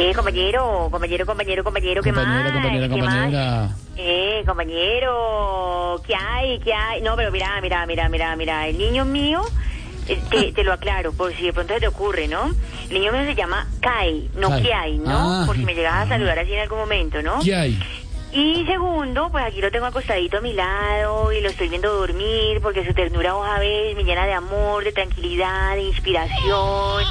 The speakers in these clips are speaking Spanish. Eh, compañero, compañero, compañero, compañero, ¿qué Compañera, más? compañera, ¿Qué más? compañera. Eh, compañero, ¿qué hay? ¿Qué hay? No, pero mira, mira, mira, mira, mira, el niño mío, eh, te, te lo aclaro, por si de pronto se te ocurre, ¿no? El niño mío se llama Kai, no Kai. ¿qué hay? Ah. ¿no? Por si me llegas a saludar así en algún momento, ¿no? ¿Qué hay? Y segundo, pues aquí lo tengo acostadito a mi lado y lo estoy viendo dormir porque su ternura hoja vez me llena de amor, de tranquilidad, de inspiración.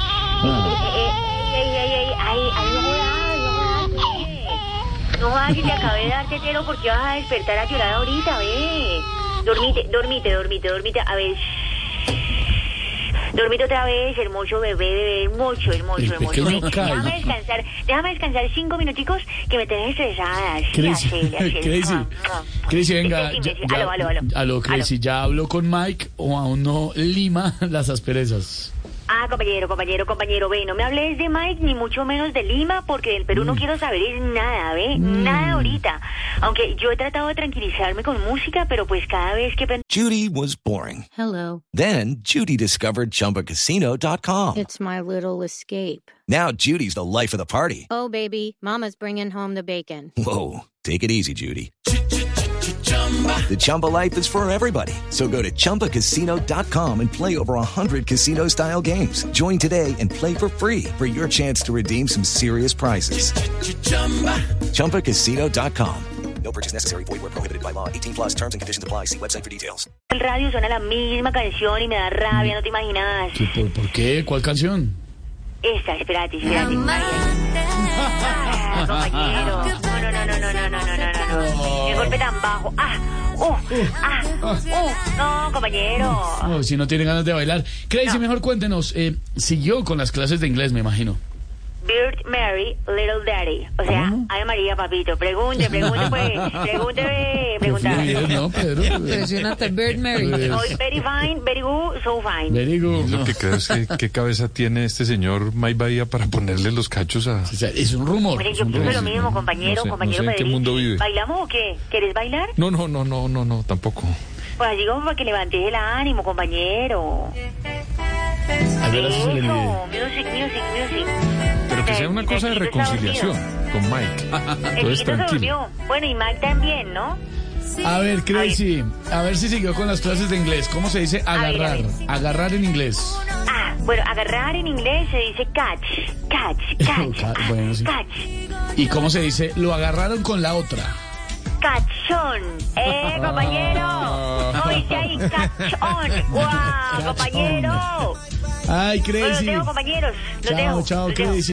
Ey, ey, ey, ey, ay, ay, no jodas, no jodas, ve. No jodas, que te acabé de dar tetero porque vas a despertar a llorar ahorita, ve. Dormite, dormite, dormite, dormite. A ver. Dormite otra vez, hermoso bebé, bebé, hermoso, hermoso, El hermoso. pequeño Ve, Kai. Déjame descansar, déjame descansar cinco minuticos que me tenés estresada. Sí, Crazy. así, así. Crazy. Ah, ah. Crazy, venga. Sí, sí, ya- sí, ya- Aló, aló, aló. aló, Crazy. ¿Ya habló con Mike o aún no lima las asperezas? Ah, compañero, compañero, compañero, ve, no me hables de Mike ni mucho menos de Lima, porque del Perú no quiero saber es nada, ve, nada ahorita. Aunque yo he tratado de tranquilizarme con música, pero pues cada vez que pen- Judy was boring. Hello, Then Judy discovered ChumbaCasino.com. it's my little escape. Now Judy's the life of the party. Oh, baby, Mama's bringing home the bacon. Whoa, take it easy, Judy. The Chumba life is for everybody. So go to ChumbaCasino.com and play over 100 casino-style games. Join today and play for free for your chance to redeem some serious prizes. ChumbaCasino.com. No purchase necessary. Void were prohibited by law. 18 plus terms and conditions apply. See website for details. el radio suena la misma canción y me da rabia, no te imaginas. ¿Qué, por, por qué? ¿Cuál canción? Esta, espérate, espérate. Ah, compañero. No, no, no, no, no, no, no, no, no, no. Qué golpe tan bajo. Ah, uh, ah, uh. No, compañero. No, Oh, si no tiene ganas de bailar. Crazy, Ah. No. mejor cuéntenos. eh, siguió con las clases de inglés, me imagino. Bird Mary Little Daddy. O Ah. sea, ¿Cómo? ay María, papito. Pregunte, pregunte, pues. Pregunte, pregunta. Bien, ¿no, Pedro? Pues, Impresionante, Bird Mary. Soy very fine, very good, so fine. Verigo. Lo que creo es que qué cabeza tiene este señor Mike Bahía para ponerle los cachos a... O sea, es un rumor. Oye, Es yo un pienso rumor. lo mismo, compañero, No sé, no compañero sé en qué Pedrito. mundo vive. ¿Bailamos o qué? ¿Quieres bailar? No, no, no, no, no, no, tampoco. Pues así como para que levantes el ánimo, compañero. A ver, así Eso, se le olvide. music, music, music. Pero que sea una El cosa de chiquito está reconciliación dormido. con Mike. El Entonces, chiquito se tranquilo. durmió. Bueno, y Mike también, ¿no? A ver, Crazy, a ver si siguió con las clases de inglés. ¿Cómo se dice a ver. agarrar? Agarrar en inglés. Ah, bueno, agarrar en inglés se dice catch, catch, catch, Ca- bueno, sí. catch. ¿Y cómo se dice? Lo agarraron con la otra. Cachón. ¡Eh, compañero! Hoy sí hay cachón. ¡Guau, compañero! Ay, No los Crazy. dejo, compañeros. Los Chao, dejo. chao, los dejo. Crazy.